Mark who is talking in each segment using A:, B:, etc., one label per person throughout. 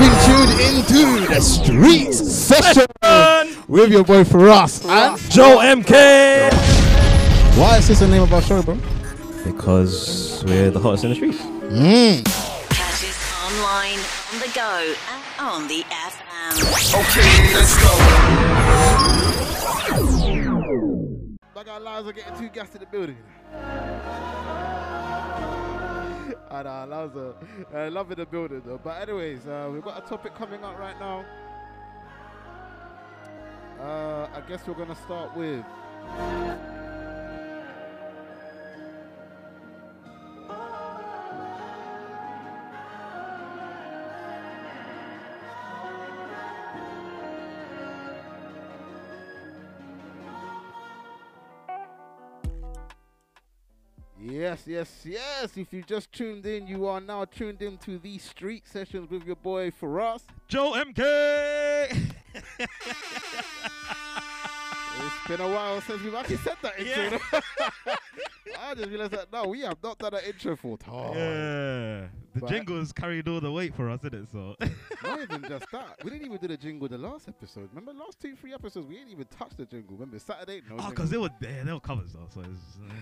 A: been tuned into the street session with your boy Ross and
B: Joe MK.
A: why is this the name of our show, bro?
B: Because we're the hottest in the streets.
C: Catch us online, on the go, and on the FM.
D: Okay, let's go.
E: Like our lives are getting too gassed in the building. I know, loves uh, a uh, love in the building though. But anyways, uh, we've got a topic coming up right now. Uh, I guess we're gonna start with. Yes, yes, yes. If you just tuned in, you are now tuned in to the street sessions with your boy Faraz.
B: Joe MK.
E: It's been a while since we've actually said that intro.
B: Yeah.
E: though. I just realized that no, we have not done an intro for time.
B: Yeah. The
E: But-
B: jingles carried all the weight for us, didn't it? So
E: Not even just that. We didn't even do the jingle the last episode. Remember, last two, three episodes, we didn't even touch the jingle. Remember, Saturday? No.
B: Oh,
E: jingle.
B: because they were yeah, they were covers though, so it's uh,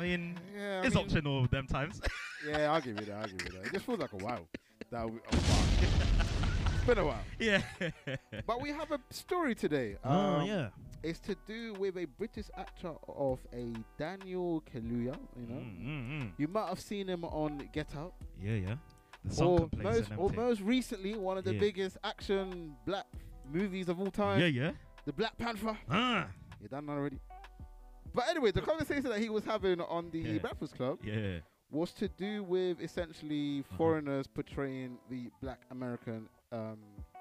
B: I mean
E: Yeah, I
B: it's
E: mean-
B: optional them times.
E: Yeah, I'll give you that. I'll give you that. It just feels like a while. That we, a while. it's been a while.
B: yeah.
E: But we have a story today.
B: Oh
E: Um,
B: yeah.
E: It's to do with a British actor of a Daniel Kaluuya. You know,
B: Mm, mm, mm.
E: you might have seen him on Get Out.
B: Yeah, yeah. The song
E: or
B: complaints
E: most,
B: and
E: or
B: everything.
E: most recently, one of the
B: Yeah.
E: biggest action black movies of all time,
B: Yeah, yeah.
E: The Black Panther.
B: Ah,
E: You done that already? But anyway, the conversation that he was having on the
B: Yeah.
E: Breakfast Club
B: yeah.
E: was to do with essentially foreigners portraying the black American um,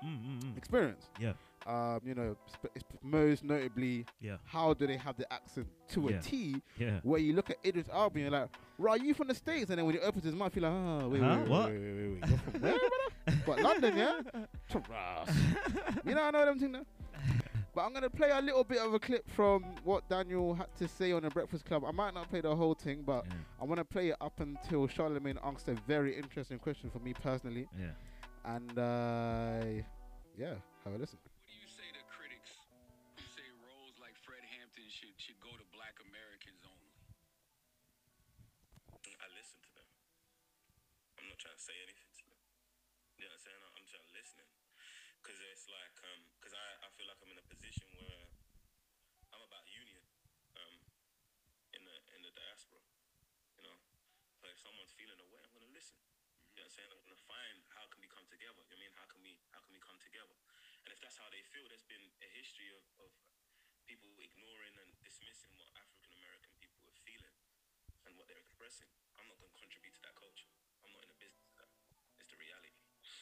B: Mm, mm, mm.
E: experience.
B: Yeah.
E: Um, you know, sp- it's most notably,
B: Yeah.
E: how do they have the accent to
B: Yeah.
E: a T?
B: Yeah.
E: Where you look at Idris Elba and you're like, right, you from the States? And then when he opens his mouth, you're like, oh, wait,
B: Huh?
E: wait, wait,
B: What?
E: wait, wait, wait, wait. You're from where, brother? But London, yeah? Taras. you know, I know them thing now. But I'm going to play a little bit of a clip from what Daniel had to say on The Breakfast Club. I might not play the whole thing, but
B: Yeah.
E: I want to play it up until Charlemagne asked a very interesting question for me personally.
B: Yeah.
E: And, uh, yeah, have a listen.
F: What do you say to critics who say roles like Fred Hampton should should go to black Americans only?
G: I listen to them. I'm not trying to say anything to them. You know what I'm saying? I'm just listening. Because it's like, um, because I, I feel like I'm in a position where I'm about union um, in, the, in the diaspora, you know? But if someone's feeling away, I'm going to listen. You know what I'm saying? I'm going to find how can we come together. You know what I mean? How can we, how can we come together? And if that's how they feel, there's been a history of, of people ignoring and dismissing what African American people are feeling and what they're expressing. I'm not going to contribute to that culture. I'm not in the business of that. It's the reality.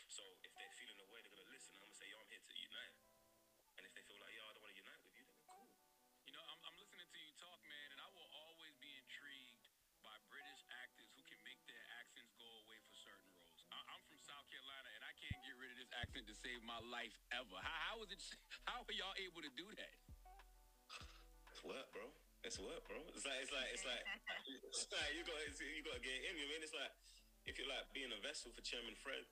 G: So if they're feeling a way, they're going to listen. I'm going to say, yo, I'm here to unite. And if they feel like, yo, I don't want to unite with you, then cool.
F: You know, I'm, I'm listening to you talk, man, and I will always be intrigued by British actors who can make their accents go away for certain roles. I, I'm from South Carolina, and I can't get rid of this accent to save my life ever. How, how is it? How are y'all able to do that?
G: It's work, bro. It's work, bro. It's like, it's like, it's like, it's like you got, it's, you got to get in. You mean it's like, if you're like being a vessel for Chairman Fred,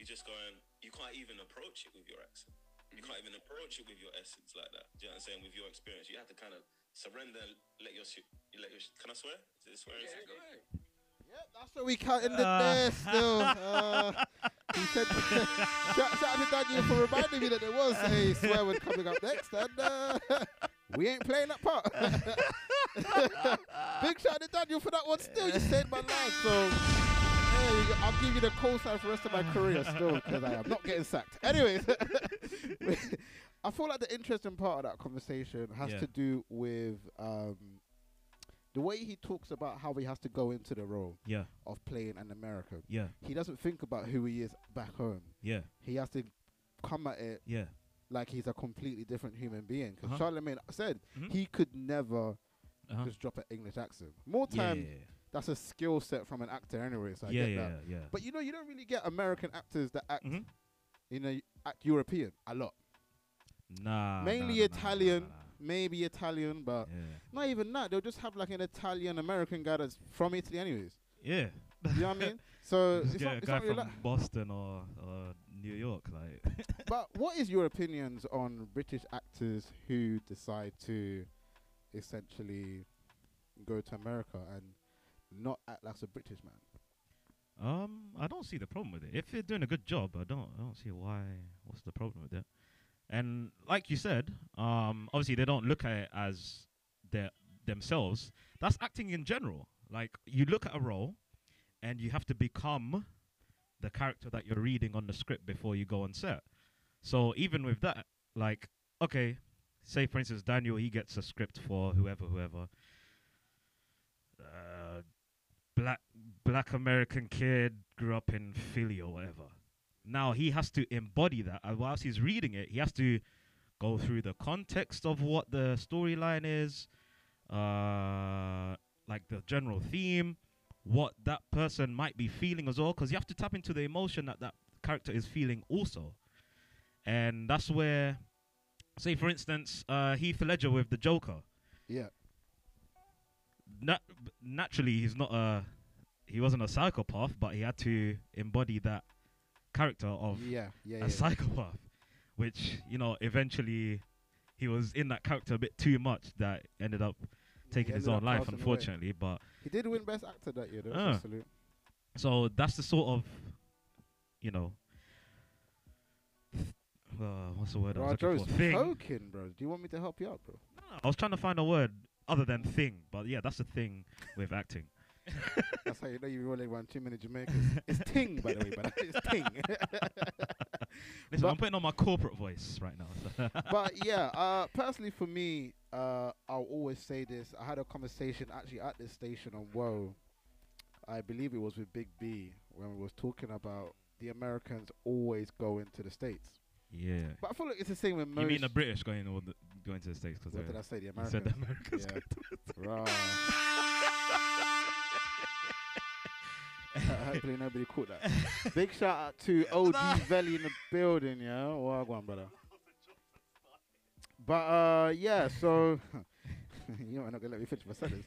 G: you're just going, you can't even approach it with your accent. You can't even approach it with your essence like that. Do you know what I'm saying? With your experience, you have to kind of surrender. and Let your, sh- you let your. Sh- can I swear? Is it swearing?
F: Go ahead.
E: Yep, that's what we count in the
B: Uh.
E: there still. Uh, he said, shout, shout out to Daniel for reminding me that there was a swear word coming up next, and uh, we ain't playing that part. Big shout out to Daniel for that one still. You saved my life, so hey, I'll give you the call sign for the rest of my career still, because I am not getting sacked. Anyways, I feel like the interesting part of that conversation has
B: Yeah.
E: to do with um, the way he talks about how he has to go into the role
B: Yeah.
E: of playing an American.
B: Yeah.
E: He doesn't think about who he is back home.
B: Yeah.
E: He has to come at it
B: Yeah.
E: like he's a completely different human being. Because
B: Uh-huh.
E: Charlemagne said
B: Mhm.
E: he could never
B: Uh-huh.
E: just drop an English accent. More
B: Yeah.
E: time, that's a skill set from an actor anyway. So I
B: Yeah. Yeah.
E: get
B: Yeah.
E: that.
B: yeah.
E: But you know, you don't really get American actors that act,
B: Mhm.
E: you know, act European a lot.
B: Nah. nah,
E: Mainly
B: nah, nah, nah,
E: Italian,
B: nah, nah,
E: maybe Italian, but
B: nah.
E: not even that. They'll just have like an Italian American guy that's from Italy, anyways.
B: Yeah. Yeah.
E: You know what I mean? So
B: Just
E: it's
B: get
E: not,
B: a
E: it's
B: guy
E: not really
B: from
E: like,
B: Boston or, or New York.
E: but what is your opinions on British actors who decide to essentially go to America and not act like a British man?
B: Um, I don't see the problem with it. If you're doing a good job, I don't, I don't see why. What's the problem with it? And like you said, um, obviously they don't look at it as their themselves. That's acting in general. Like you look at a role, and you have to become the character that you're reading on the script before you go on set. So even with that, like okay, say for instance Daniel, he gets a script for whoever, whoever. Uh, black black American kid grew up in Philly or whatever. Now he has to embody that. And whilst he's reading it, he has to go through the context of what the storyline is, uh, like the general theme, what that person might be feeling as well, because you have to tap into the emotion that that character is feeling also. And that's where, say, for instance, uh, Heath Ledger with the Joker
E: Yeah.
B: nat- naturally he's not a he wasn't a psychopath, but he had to embody that character of
E: yeah, yeah,
B: a
E: yeah.
B: psychopath, which you know eventually he was in that character a bit too much that ended up taking his
E: ended
B: own
E: up
B: life,
E: passing away.
B: unfortunately. But
E: He did win Best Actor that year, though.
B: Ah.
E: Absolutely.
B: so that's the sort of you know. Uh, what's the word I
E: Bro,
B: was looking
E: Joe's
B: for? Thing.
E: poking, bro. Do you want me to help you out, bro?
B: I was trying to find a word other than thing, but yeah, that's the thing with acting.
E: That's how you know you really want too many Jamaicans. It's ting, by the way, but it's ting.
B: Listen,
E: But-
B: I'm putting on my corporate voice right now. so-
E: but yeah, uh, personally for me, uh, I'll always say this. I had a conversation actually at this station on Whoa. I believe it was with Big B when we was talking about the Americans always go into the states.
B: yeah.
E: But I feel like it's the same with most.
B: You mean the British going or the, going to the states? Because
E: What did I say? The
B: you said the
E: Americans.
B: Americans.
E: Yeah.
B: going to-
E: Rah. Uh, Hopefully nobody caught that. Big shout out to OG Valley in the building, yeah. Well go on, brother. But uh, yeah, so you know, not gonna let me finish my sentence.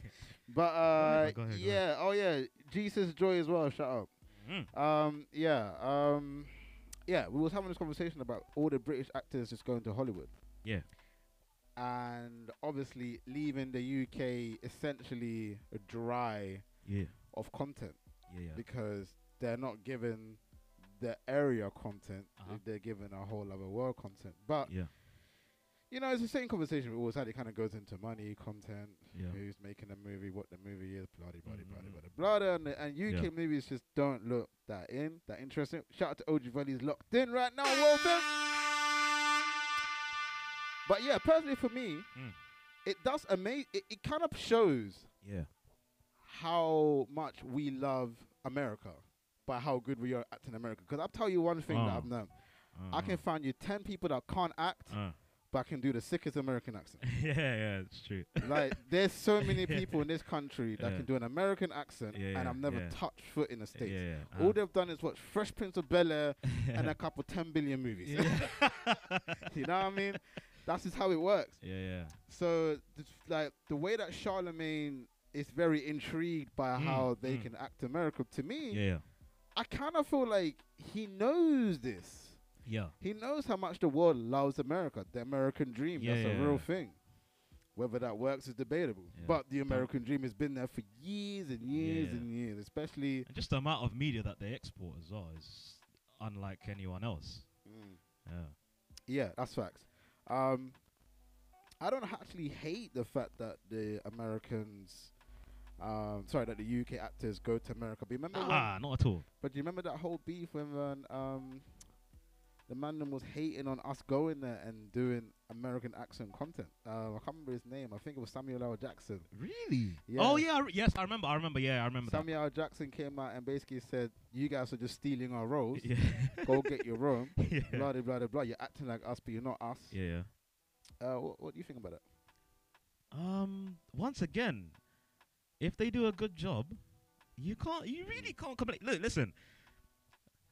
E: But uh,
B: go ahead, go
E: yeah, oh yeah, Jesus Joy as well. Shut up.
B: Mm.
E: Um, yeah, um, yeah, we was having this conversation about all the British actors just going to Hollywood.
B: Yeah.
E: And obviously leaving the UK essentially dry
B: Yeah.
E: of content
B: Yeah. Yeah.
E: because they're not given the area content;
B: Uh-huh.
E: they're given a whole other world content. But
B: Yeah.
E: you know, it's the same conversation we always had. It kind of goes into money, content,
B: Yeah.
E: who's making the movie, what the movie is, bloody, bloody, bloody,
B: Mm.
E: bloody, bloody, and, and UK
B: Yeah.
E: movies just don't look that in, that interesting. Shout out to OG Valley's locked in right now, Wolfen. But yeah, personally for me,
B: Mm.
E: it does amaze. It, it kind of shows
B: Yeah.
E: how much we love America by how good we are acting in America. Because I'll tell you one thing that
B: Oh.
E: I've known.
B: Uh,
E: I can find you 10 people that can't act,
B: uh.
E: but can do the sickest American accent.
B: yeah. Yeah. It's true.
E: like, there's so many people in this country that
B: Yeah.
E: can do an American accent,
B: Yeah,
E: and
B: yeah,
E: I've never
B: yeah.
E: touched foot in the
B: yeah.
E: States.
B: Yeah.
E: All
B: uh,
E: they've done is watch Fresh Prince of Bel Air and
B: yeah.
E: a couple 10 billion movies.
B: yeah.
E: you know what I mean? That's just how it works.
B: Yeah.
E: So, th- like the way that Charlemagne is very intrigued by
B: Mm,
E: how they
B: mm.
E: can act America. To me,
B: Yeah. Yeah.
E: I kind of feel like he knows this.
B: Yeah.
E: He knows how much the world loves America, the American dream. that's a
B: Yeah.
E: real thing. Whether that works is debatable,
B: Yeah.
E: but the American dream has been there for years and years
B: Yeah.
E: and years, especially.
B: And just the amount of media that they export as well is unlike anyone else.
E: Mm.
B: Yeah.
E: Yeah, that's facts. Um, I don't actually hate the fact that the Americans, um, sorry, that the UK actors go to America. But remember, when,
B: Ah, not at all.
E: but do you remember that whole beef when um, um the man them was hating on us going there and doing American accent content? Uh, I can't remember his name. I think it was Samuel L. Jackson.
B: Really?
E: Yeah.
B: Oh yeah. I re- yes, I remember. I remember. Yeah, I remember
E: Samuel L. Jackson came out and basically said, "You guys are just stealing our roles.
B: that. Yeah.
E: Go get your own."
B: yeah.
E: Blah de blah de blah. You're acting like us, but you're not us.
B: Yeah. Yeah.
E: Uh, what, what do you think about that?
B: Um, once again, if they do a good job, you can't. You really can't complain. Look, listen,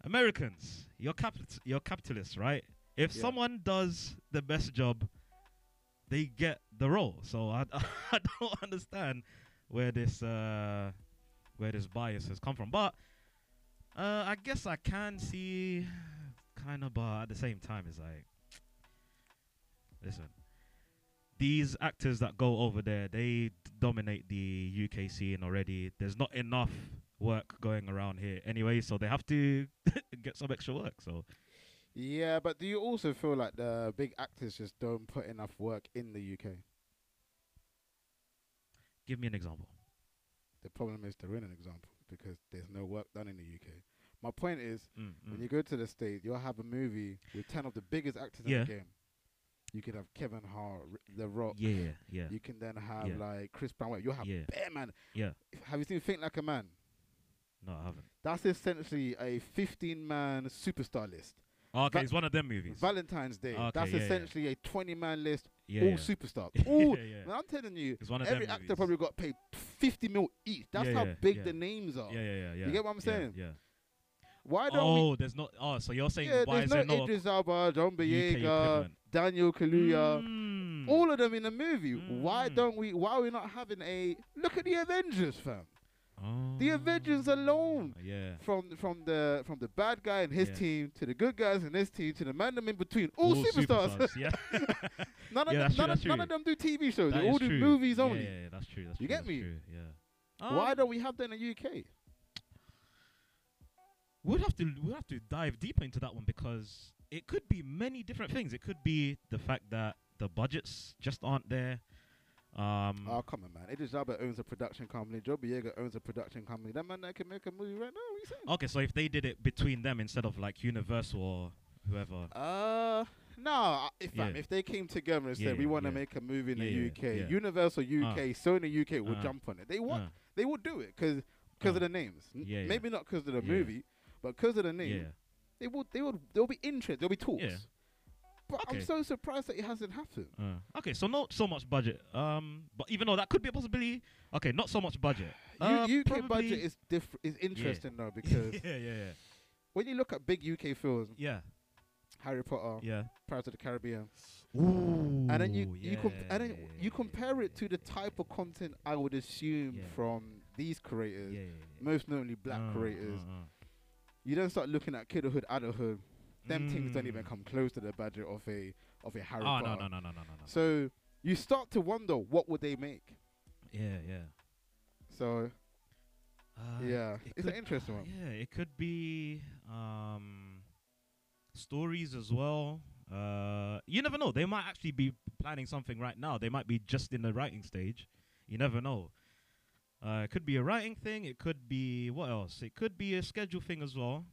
B: Americans, you're capital, you're capitalists, right? If
E: Yeah.
B: someone does the best job, they get the role. So I, I don't understand where this uh, where this bias has come from. But uh, I guess I can see kind of, but at the same time, it's like, listen, these actors that go over there, they dominate the UK scene already. There's not enough work going around here anyway, so they have to get some extra work. So
E: Yeah, but do you also feel like the big actors just don't put enough work in the UK?
B: give me an example.
E: The problem is they're in an example because there's no work done in the UK. My point is,
B: Mm,
E: when
B: mm.
E: you go to the States, you'll have a movie with 10 of the biggest actors
B: Yeah.
E: in the game. You could have Kevin Hart, R- The Rock.
B: Yeah, yeah,
E: You can then have
B: Yeah.
E: like Chris Brown. You'll have
B: Yeah.
E: Bear Man.
B: yeah.
E: Have you seen Think Like a Man?
B: No, I haven't.
E: That's essentially a 15 man superstar list.
B: Oh, okay,
E: Va-
B: it's one of them movies.
E: Valentine's Day.
B: Okay,
E: that's
B: yeah, yeah.
E: essentially a 20 man list,
B: yeah,
E: all
B: yeah.
E: superstars.
B: Yeah,
E: All,
B: yeah.
E: Man, I'm telling you,
B: It's one of
E: every
B: them
E: actor
B: movies.
E: probably got paid 50 mil each. That's
B: Yeah,
E: how
B: yeah,
E: big
B: yeah.
E: the names are.
B: yeah, yeah, yeah, yeah.
E: get what I'm
B: yeah,
E: saying?
B: Yeah.
E: Why don't we
B: Oh, there's not. Oh, so you're saying
E: Yeah,
B: why is
E: there's
B: there no?
E: no Idris Elba, John Boyega,
B: equivalent.
E: Daniel Kaluuya,
B: Mm.
E: uh, all of them in the movie. Why
B: Mm.
E: don't we? Why are we not having a look at the Avengers, fam? The
B: Oh,
E: Avengers alone,
B: Yeah.
E: from from the from the bad guy and his
B: Yeah.
E: team to the good guys and his team to the man them in between, all, superstars.
B: yeah.
E: none of
B: Yeah, that's
E: them,
B: true, that's
E: none, of, none
B: true.
E: of them do TV shows.
B: That
E: they all
B: is
E: do
B: true.
E: movies
B: Yeah,
E: only.
B: Yeah, yeah, that's true. That's
E: You
B: true,
E: get
B: that's
E: me?
B: True, yeah.
E: Why
B: Um,
E: don't we have that in the UK?
B: We'll have to we'll have to dive deeper into that one because it could be many different things. It could be the fact that the budgets just aren't there. Um,
E: Oh come on, man! Idris Elba owns a production company. Joe Boyega owns a production company. That man that can make a movie right now. What you saying?
B: okay, so if they did it between them instead of like Universal or whoever,
E: Uh, no. I- If
B: Yeah.
E: um, if they came together and said
B: Yeah,
E: we want to
B: yeah.
E: make a movie in
B: Yeah,
E: the
B: yeah,
E: UK,
B: yeah.
E: Universal UK, Sony UK would
B: Uh,
E: jump on it. They want,
B: uh,
E: they would do it because because
B: uh,
E: of the names. N-
B: yeah, yeah.
E: Maybe not because of the
B: Yeah.
E: movie, but because of the name,
B: yeah.
E: they would they would there'll be interest. There'll be talks.
B: Yeah.
E: But I'm
B: Okay.
E: so surprised that it hasn't happened.
B: Uh, okay, so not so much budget. Um, but even though that could be a possibility, okay, not so much budget. Uh,
E: U- UK
B: probably-
E: budget is diff- is interesting though because
B: yeah, yeah, yeah,
E: when you look at big UK films,
B: yeah,
E: Harry Potter,
B: yeah.
E: Pirates of the Caribbean,
B: Ooh,
E: and then you you comp- and then you compare it to the type of content I would assume
B: Yeah.
E: from these
B: yeah,
E: creators,
B: yeah, yeah.
E: most notably black
B: Uh,
E: creators.
B: uh, uh.
E: You then start looking at kidhood, adulthood. Them things don't even
B: Mm.
E: come close to the budget of a of a Harry
B: Oh
E: Potter.
B: no, no, no, no, no, no, no.
E: So you start to wonder what would they make.
B: yeah, yeah.
E: So
B: Uh,
E: Yeah,
B: it
E: it's an
B: could-
E: interesting one.
B: Yeah, it could be um, stories as well. Uh, you never know. They might actually be planning something right now. They might be just in the writing stage. You never know. Uh, it could be a writing thing. It could be what else? It could be a schedule thing as well.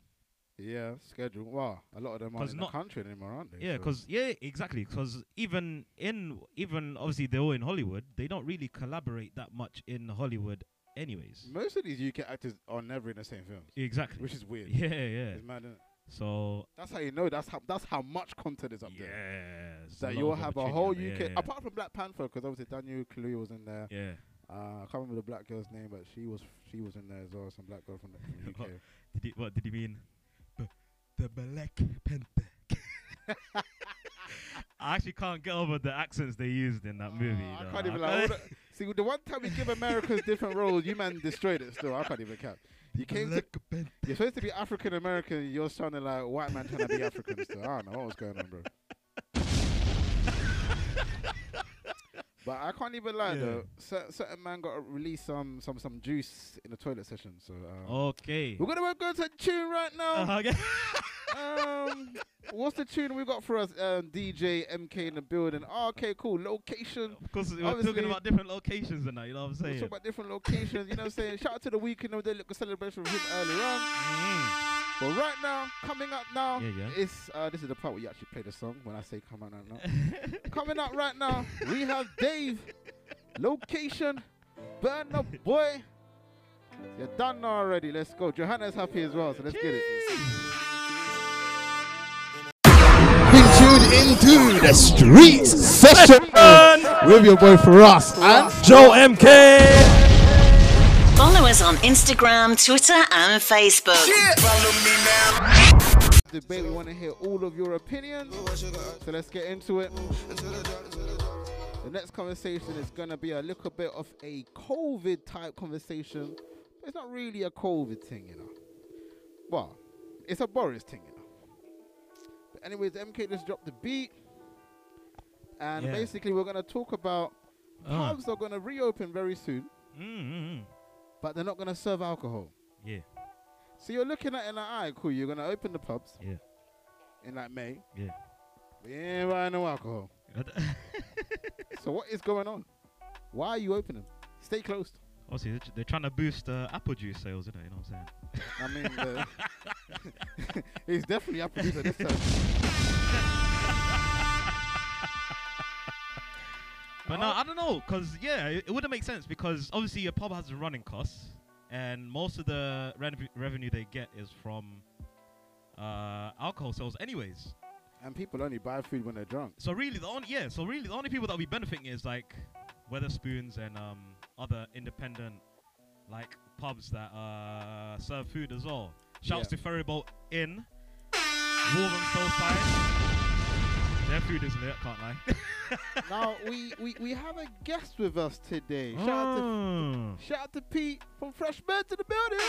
E: yeah, schedule. Wow, a lot of them aren't
B: 'Cause
E: in the
B: not-
E: country anymore, aren't they?
B: Yeah,
E: So-
B: because yeah, exactly. Because even in even obviously they're all in Hollywood. They don't really collaborate that much in Hollywood, anyways.
E: most of these UK actors are never in the same films,
B: Exactly.
E: which is weird.
B: yeah, yeah.
E: It's mad, innit?
B: So
E: That's how you know. That's how that's how much content is up
B: yeah,
E: there.
B: it's
E: that
B: lot
E: you'll
B: of
E: have a
B: opportunity
E: whole UK,
B: out there, yeah,
E: apart from Black Panther, because obviously Daniel Kaluuya was in there.
B: yeah.
E: Uh, I can't remember the black girl's name, but she was she was in there as well. Some black girl from the from UK.
B: Did he, what did he mean? B- The Black Panther. I actually can't get over the accents they used in that movie.
E: Ah, I
B: though.
E: can't even like, all the- see the one time we give Americans different roles, you man destroyed it. Still, I can't even count. You came to,
B: Black Panther.
E: you're supposed to be African American. You're sounding like white man trying to be African. Still, I don't know what was going on, bro. But I can't even lie
B: Yeah.
E: though. Cer- certain man got to release some some some juice in the toilet session. So uh,
B: Okay.
E: we're gonna go to a tune right now.
B: Okay.
E: um, what's the tune we got for us? Um, DJ MK in the building. Oh, okay, cool. Location.
B: Of course, we're
E: Obviously-
B: talking about different locations tonight. You know what I'm
E: We'll
B: saying?
E: talk about different locations. You know what I'm saying? Shout out to the weekend with the little celebration with him earlier on.
B: Mm.
E: But right now, coming up now,
B: Yeah, yeah.
E: it's uh, this is the part where you actually play the song. When I say come on out now, coming up right now, we have Dave. Location, burn up boy. You're done already. Let's go. Johanna's happy as well, so let's get it.
A: Been tuned into the streets session with your boy Ross and Joe MK.
C: Follow us on Instagram, Twitter, and Facebook.
D: Follow me now.
E: debate. We want to hear all of your opinions. So let's get into it. The next conversation is going to be a little bit of a COVID type conversation. But It's not really a COVID thing, you know. Well, it's a Boris thing, you know. Anyways, MK just dropped the beat, and
B: Yeah.
E: basically we're gonna talk about
B: Ah.
E: pubs are gonna reopen very soon,
B: Mm-hmm.
E: but they're not gonna serve alcohol.
B: Yeah,
E: So you're looking at it like, alright, cool. You're gonna open the pubs
B: yeah,
E: in like May.
B: yeah.
E: We ain't buying no alcohol. so what is going on? Why are you opening? Stay closed.
B: Obviously, they're, tr- they're trying to boost uh, apple juice sales, isn't it? You know what I'm saying?
E: I mean, uh, he's definitely up producer this time.
B: But no, I don't know, cause yeah, it, it wouldn't make sense because obviously a pub has running costs, and most of the rev- revenue they get is from uh, alcohol sales, anyways.
E: And people only buy food when they're drunk.
B: So really, the only yeah, so really the only people that will be benefiting is like Weatherspoons and um, other independent like pubs that uh, serve food as well. Shouts
E: Yeah.
B: to Ferryboat Inn, Wolverhampton side. Their food is lit, can't lie.
E: now we, we we have a guest with us today. Shout out
B: Mm.
E: to
B: Oh,
E: shout out to Pete from Fresh Bed to the building.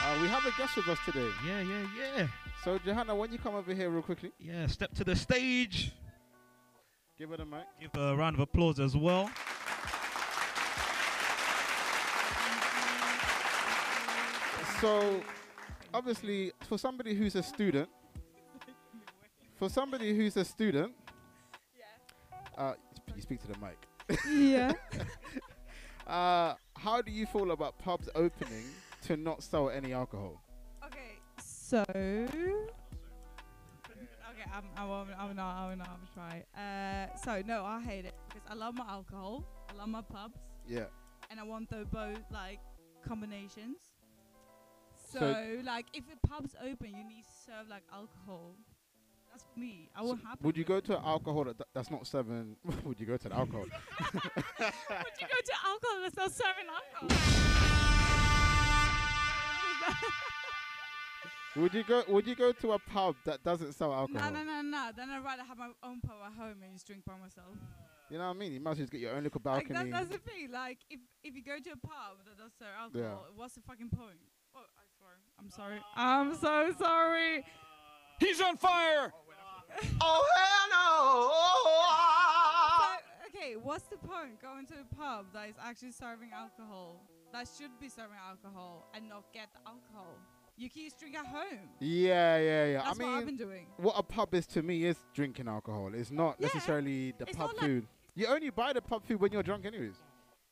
E: Uh, we have a guest with us today.
B: yeah, yeah, yeah,
E: So Johanna, when you come over here real quickly,
B: yeah. Step to the stage.
E: give her the mic.
B: Give her a round of applause as well.
E: So obviously, for somebody who's a student, for somebody who's a student, uh, you speak to the mic.
H: yeah.
E: Uh, how do you feel about pubs opening to not sell any alcohol?
H: Okay, so. Okay, I'm, I won't, I'm not, I will not have a try. Uh, so, no, I hate it because I love my alcohol, I love my pubs,
E: Yeah.
H: and I want the both, like, combinations.
E: So-
H: So, like, if the pub's open, you need to serve, like, alcohol. That's me. I won't happen.
E: Would you
H: with
E: go
H: it.
E: to an alcohol that, that's not serving? would you go to an alcohol?
H: Would you go to alcohol that's not serving alcohol?
E: would you go? Would you go to a pub that doesn't sell
H: no,
E: alcohol?
H: no, no, no. Then I'd rather have my own pub at home and just drink by myself.
E: You know what I mean? You might as well just get your own little
H: Like
E: balcony.
H: that, that's the thing. Like if if you go to a pub that does serve alcohol, what's the fucking point? Oh, I swear. I'm sorry. I'm so sorry.
E: Oh,
H: He's on fire. Oh hell no! okay, what's the point going to a pub that is actually serving alcohol? That should be serving alcohol and not get the alcohol. You can just drink at home.
E: yeah, yeah, yeah. I
H: That's
E: mean,
H: what I've been doing.
E: what a pub is to me is drinking alcohol. It's not
H: Yeah.
E: necessarily the
H: It's
E: pub
H: not like-
E: food. you only buy the pub food when you're drunk, anyways,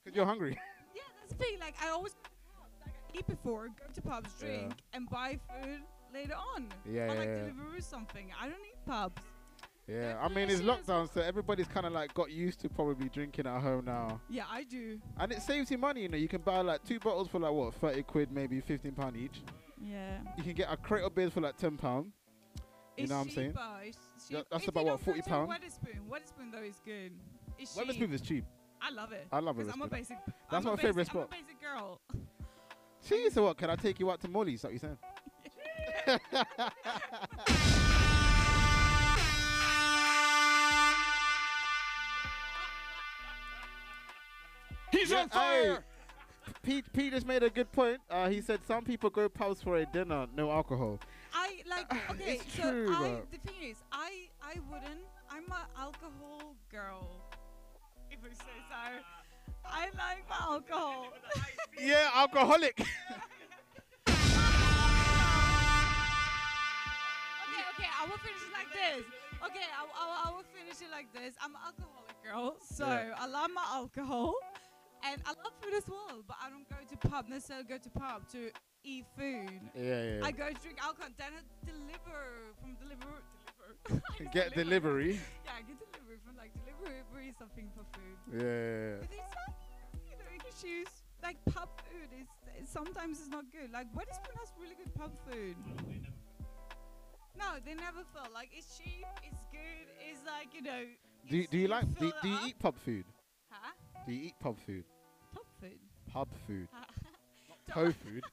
E: because you're hungry.
H: Yeah, that's the thing. Like I always go to pubs. Like I eat before, go to pubs,
E: Yeah.
H: drink, and buy food later on.
E: Yeah,
H: Or like
E: yeah, yeah.
H: delivery or something. I don't need pubs.
E: yeah,
H: Yeah,
E: I mean it's
H: yeah, she was-
E: lockdown, so everybody's kind of like got used to probably drinking at home now,
H: Yeah, I do.
E: and it saves you money. You know, you can buy like two bottles for like what thirty quid, maybe fifteen pound each.
H: Yeah.
E: You can get a crate of beers for like ten pound. You know what I'm saying?
H: It's cheap.
E: Tha- that's
H: If you
E: about, what,
H: don't go to
E: £40?
H: Wetherspoon. Wetherspoon though is good. It's
E: Well, this
H: cheap.
E: move is cheap.
H: I love it.
E: I love
H: Because I'm a
E: Wetherspoon.
H: basic.
E: That's
H: I'm a
E: my favourite
H: basic- I'm a
E: spot.
H: basic girl.
E: Jeez, so what? Can I take you out to Molly's? Is that what you're saying? He's on fire. Pete, Pete just made a good point. Uh, he said some people go pubs for a dinner, no alcohol.
H: I like. Okay,
E: It's
H: so
E: true,
H: I,
E: but-
H: the thing is, I I wouldn't. I'm an alcohol girl. If I say so, I like my alcohol.
E: Yeah, alcoholic.
H: okay, okay, I will finish it like this. Okay, I, I, will- I will finish it like this. I'm an alcoholic girl, so
E: Yeah.
H: I love my alcohol, and I love food as well. But I don't go to pub necessarily. Go to pub to eat food.
E: yeah, yeah.
H: I
E: yeah.
H: go to drink alcohol, then I deliver from deliver deliver. I just
E: Get
H: deliver.
E: delivery.
H: Yeah, I get delivery from like delivery or something for food.
E: Yeah, yeah, yeah.
H: But it's like you know you can choose like pub food. It's, it's sometimes it's not good. Like Wetherspoon has really good pub food. No, they never feel like it's cheap. It's good. It's like you know.
E: Do you,
H: it's-
E: do you like do,
H: fill it
E: do you
H: up.
E: eat pub food?
H: Huh?
E: Do you eat pub food?
H: Pub food.
E: Pub food.
H: Huh?
E: Po food.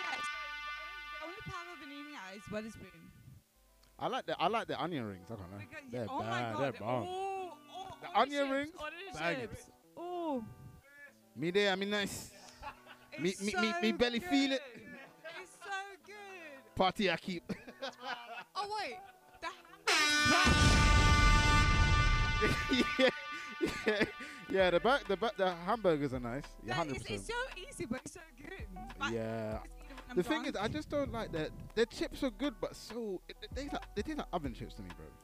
H: Yeah, so the only the only pub I've been eating at is Wetherspoon.
E: I like the I like the onion rings. I can't lie.
H: Because
E: They're
H: oh my
E: bad,
H: god.
E: They're bomb.
H: Oh, oh,
E: The
H: all
E: onion
H: chips,
E: rings,
H: all the
E: bang it.
H: chips. Oh,
E: Me there. I mean nice. Me-
H: it's
E: me-
H: so
E: me- me belly feel it.
H: good.
E: Party I keep.
H: Oh wait, the handle
E: yeah, yeah, yeah. The back, the back, the hamburgers are nice. Yeah,
H: is wrapped. Like,
E: hundred
H: it's, it's
E: percent.
H: so easy, but it's so good.
E: Yeah.
H: Like, I just eat it when I'm
E: The thing is,
H: drunk.
E: I just don't like that. Their chips are good, but so it, it, they taste like, they taste like oven chips to me, bro.
H: yeah,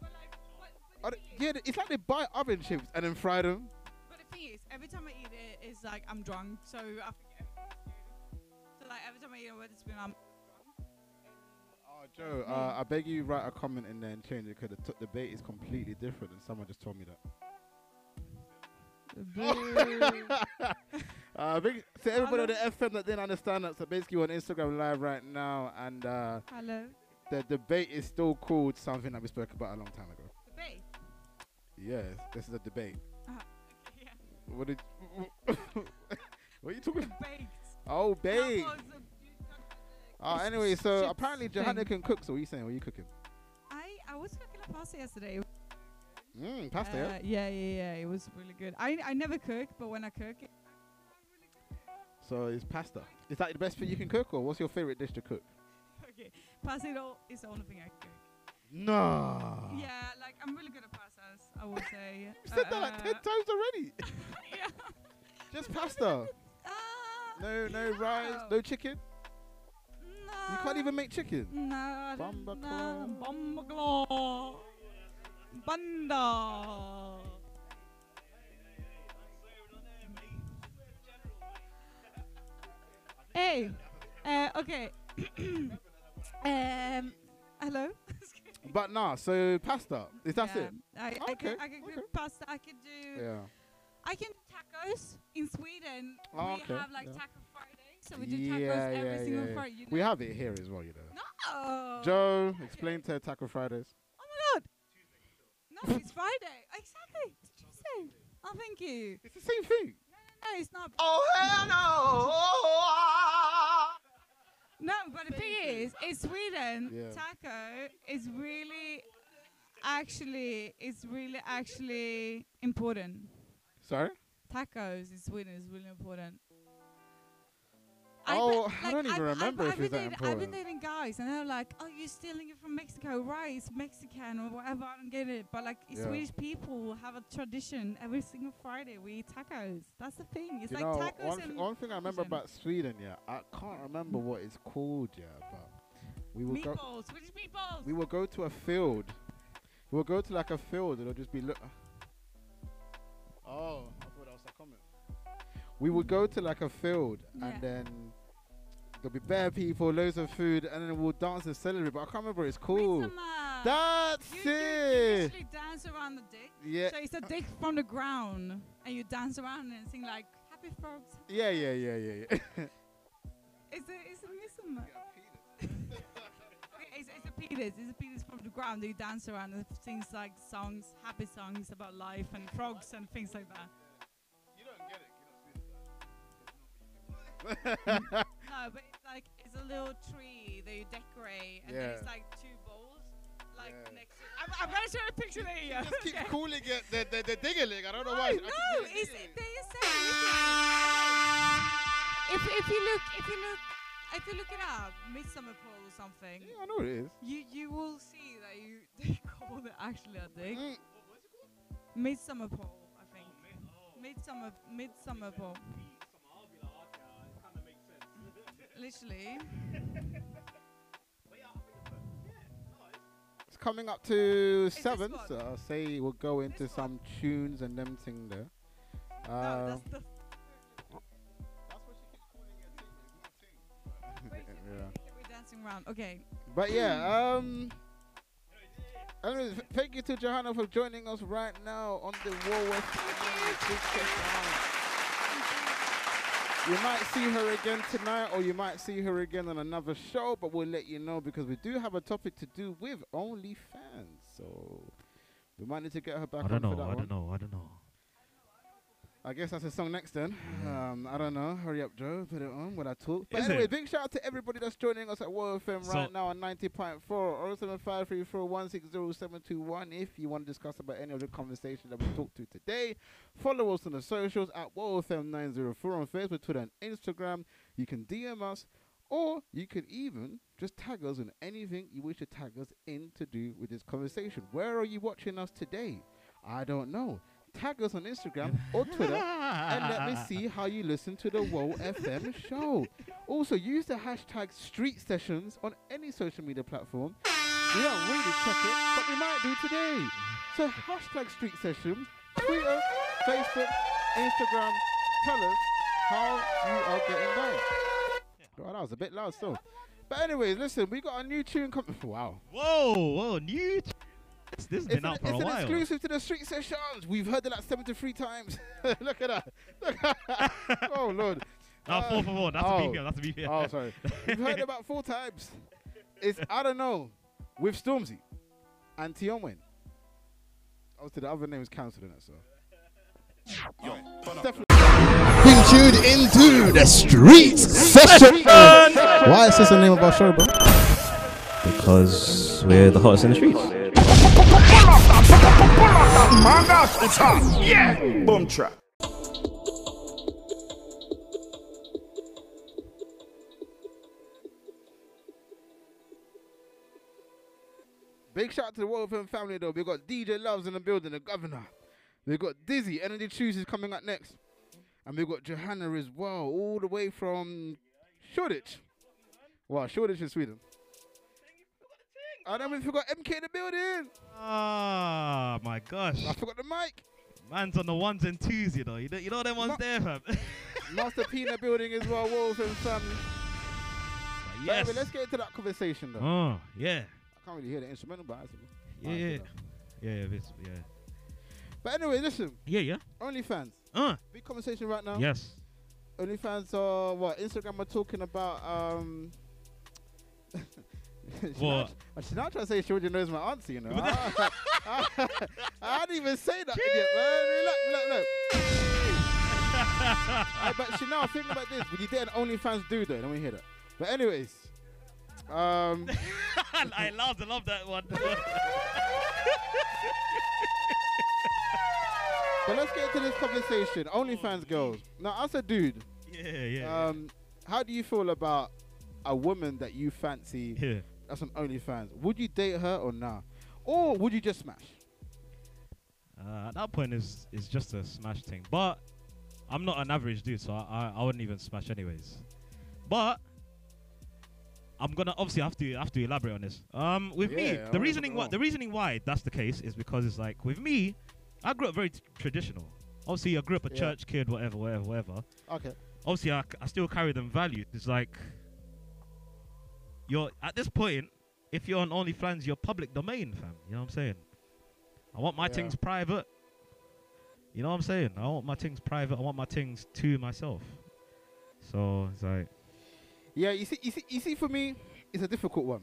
H: but like, what,
E: Are
H: what
E: they- yeah, they- it's like they buy oven chips and then fry them.
H: But the thing is, every time I eat it, it's like I'm drunk, so I forget. everything. So like every time I eat a Wetherspoon, I'm
E: Oh, Joe, uh, I beg you write a comment in there and change it because the t- debate is completely different, and someone just told me that. Uh, big, so everybody on the FM that didn't understand that, so basically we're on Instagram live right now, and uh,
H: hello.
E: the debate is still called something that we spoke about a long time ago.
H: The bay.
E: Yes, this is a debate.
H: Okay, yeah.
E: What did? what are you talking? about?
H: Baked.
E: Oh, babe.
H: That was a- you talked about
E: Oh, anyway, so
H: chips
E: apparently Johanna
H: thing.
E: can cook. So what are you saying? What are you cooking?
H: the- I I was cooking a pasta yesterday.
E: Mm, pasta. yeah?
H: Uh, yeah, yeah, yeah. It was really good. I I never cook, but when I cook, it,
E: So it's pasta. Is that the best thing you can cook, or what's your favorite dish to cook?
H: okay, pasta is all- is the only thing I cook.
E: No.
H: Yeah, like I'm really good at pastas. I would say.
E: Uh. You said that like ten
H: Uh,
E: times already.
H: yeah.
E: Just pasta.
H: Ah,
E: No, no rice, no chicken.
H: no.
E: You can't even make chicken.
H: No, I don't
E: Bumba
H: know. Bumba claw. Bunda. Hey, uh, okay. um, hello.
E: But nah, so pasta. Is that
H: Yeah,
E: it?
H: I, I
E: Okay,
H: can, I can
E: okay.
H: do pasta. I can do.
E: Yeah.
H: I can do tacos in Sweden.
E: Oh,
H: we
E: okay,
H: have like
E: yeah.
H: taco Friday, so we do tacos every single Friday. You
E: We
H: know? Oh,
E: have it here as well, you know.
H: No.
E: Joe, explain to her Taco Fridays.
H: Oh my god! No, it's Friday. Exactly. It's Tuesday. Oh, thank you.
E: It's the same thing.
H: No, it's not.
D: Oh, hell no.
H: No, but the thing is, in Sweden,
E: Yeah.
H: taco is really, actually, it's really actually important.
E: Sorry?
H: Tacos in Sweden is really important.
E: Oh, I don't even remember if
H: I've
E: it's that
H: been dating- I've been
E: important.
H: dating guys, and they're like, "Oh, you're stealing it from Mexico, right? It's Mexican or whatever." I don't get it, but like
E: Yeah.
H: Swedish people have a tradition. Every single Friday, we eat tacos. That's the thing. It's
E: you
H: like
E: know,
H: tacos
E: one,
H: and
E: th- one thing I remember
H: fusion.
E: about Sweden, yeah, I can't remember what it's called, yeah, but we will go.
H: meatballs. Swedish meatballs.
E: We will go to a field. We'll go to like a field. It'll just be look. Oh, I thought that was a comment. We would go to like a field
H: Yeah.
E: and then there'll be bare people, loads of food, and then we'll dance and celebrate. But I can't remember what it's called.
H: Midsummer.
E: That's
H: uh, you, You, you
E: it.
H: actually dance around the dick.
E: Yeah.
H: So it's a dick from the ground, and you dance around and sing like "Happy Frogs."
E: Yeah, yeah, yeah, yeah, yeah.
H: It's a it's a midsummer. Okay, it's, it's a penis. It's a penis from the ground. They dance around and sings like songs, happy songs about life and frogs and things like that. No, but it's like it's a little tree that you decorate, and then it's
E: Yeah.
H: like two balls, like
E: Yeah.
H: next. To I'm, I'm very sure I picture that here.
E: Just keep
H: okay.
E: calling it the the, the dingaling. I don't know
H: No,
E: why. I keep
H: no,
E: calling it
H: it's
E: dingaling.
H: they are saying it. If if you look if you look if you look it up, midsummer pole or something,
E: Yeah, I know what it is.
H: you you will see that you they call it actually a dick.
E: Mm.
H: Midsummer pole, I think. Midsummer, midsummer pole. Literally.
E: It's coming up to
H: this
E: seven,
H: one?
E: so I'll say we'll go into
H: This
E: some
H: one?
E: tunes and them thing there.
H: no,
E: Uh,
H: that's the.
E: yeah.
H: We're dancing around. Okay.
E: But yeah, um. Anyways, th- thank you to Johanna for joining us right now on the Warworth. You might see her again tonight, or you might see her again on another show, but we'll let you know because we do have a topic to do with OnlyFans. So we might need to get her back
B: I don't
E: on
B: know.
E: for that
B: I
E: one.
B: don't know. I don't know.
E: I guess that's the song next then. Um, I don't know. Hurry up, Joe. Put it on while I talk.
B: Mm-hmm.
E: But
B: Is
E: anyway,
B: it?
E: big shout out to everybody that's joining us at World FM right
B: So-
E: now on 90.4 or 07534160721. If you want to discuss about any of the conversation that we talked to today, follow us on the socials at World FM 904 on Facebook, Twitter, and Instagram. You can DM us Or you could even just tag us on anything you wish to tag us in to do with this conversation. Where are you watching us today? I don't know. Tag us on Instagram or Twitter and let me see how you listen to the Woe FM show. Also, use the hashtag Street Sessions on any social media platform. We don't really check it, but we might do today. So hashtag Street Sessions, tweet us, Facebook, Instagram, tell us how you are getting down. God, that was a bit loud still. But anyways, listen, we got a new tune coming. Wow.
B: Whoa, whoa, new. T- this has
E: It's,
B: been
E: an,
B: out for
E: it's
B: a
E: an
B: while.
E: exclusive to the Street Sessions. We've heard it like 73 times. Look at that. Look at that. oh, Lord.
B: No,
E: Uh,
B: four for one. That's a
E: oh.
B: BPM. That's a BPM.
E: Oh, sorry. We've heard it about four times. It's I don't know with Stormzy and Tionwen. Obviously, the other name is cancelled in it, so. Definitely.
A: Been tuned into the Streets Session.
E: Why is this the name of our show, bro?
I: Because we're the hottest in the streets.
D: Boom trap.
E: Big shout out to the World Film family, though. We've got DJ Loves in the building, the governor. We've got Dizzy, Energy Tuesdays coming up next. And we've got Johanna as well, all the way from Shoreditch. Wow, Shoreditch in Sweden. And then we forgot MK in the building.
B: Ah, my gosh.
E: I forgot the mic.
B: Man's on the ones and twos, you know. You know, you know them ones
E: Ma-
B: there, fam.
E: Master P in the building as well, World Film family. But
B: yes.
E: Anyway, let's get Ah, into that conversation, though.
B: Oh, yeah.
E: I can't really hear the instrumental, but I see.
B: Yeah,
E: Alright,
B: yeah.
E: good though.
B: Yeah, yeah. this- Yeah,
E: But anyway, listen,
B: yeah. yeah.
E: OnlyFans.
B: Uh,
E: Big conversation right now.
B: yes.
E: OnlyFans are what Instagram are talking about. Um, she's
B: What?
E: Not, she's not trying to say she already knows my answer, you know. I, I, didn't even say that yet, man. Relax, relax, relax. Aye, but she now think about this. Would you date an OnlyFans dude though? Let me hear that. But anyways, um,
B: I love, love that one.
E: but let's get into this conversation. OnlyFans girls. Now, as a dude,
B: yeah, Oh, yeah.
E: um, how do you feel about a woman that you fancy?
B: yeah.
E: that's on OnlyFans. Would you date her or nah? Or would you just smash?
B: Uh, at that point, is is just a smash thing. But I'm not an average dude, so I, I, I wouldn't even smash anyways. But I'm gonna obviously have to have to elaborate on this. Um, with me,
E: Yeah, I
B: the
E: wanna
B: reasoning
E: know.
B: why the reasoning why that's the case is because it's like with me, I grew up very t- traditional. Obviously, I grew up a
E: Yeah.
B: church kid, whatever, whatever, whatever.
E: Okay.
B: Obviously, I, c- I still carry them values. It's like you're at this point, if you're on OnlyFans, you're public domain, fam. You know what I'm saying? I want my
E: Yeah.
B: things private. You know what I'm saying? I want my things private. I want my things to myself. So it's like,
E: Yeah, you see, you see, you see, for me, it's a difficult one.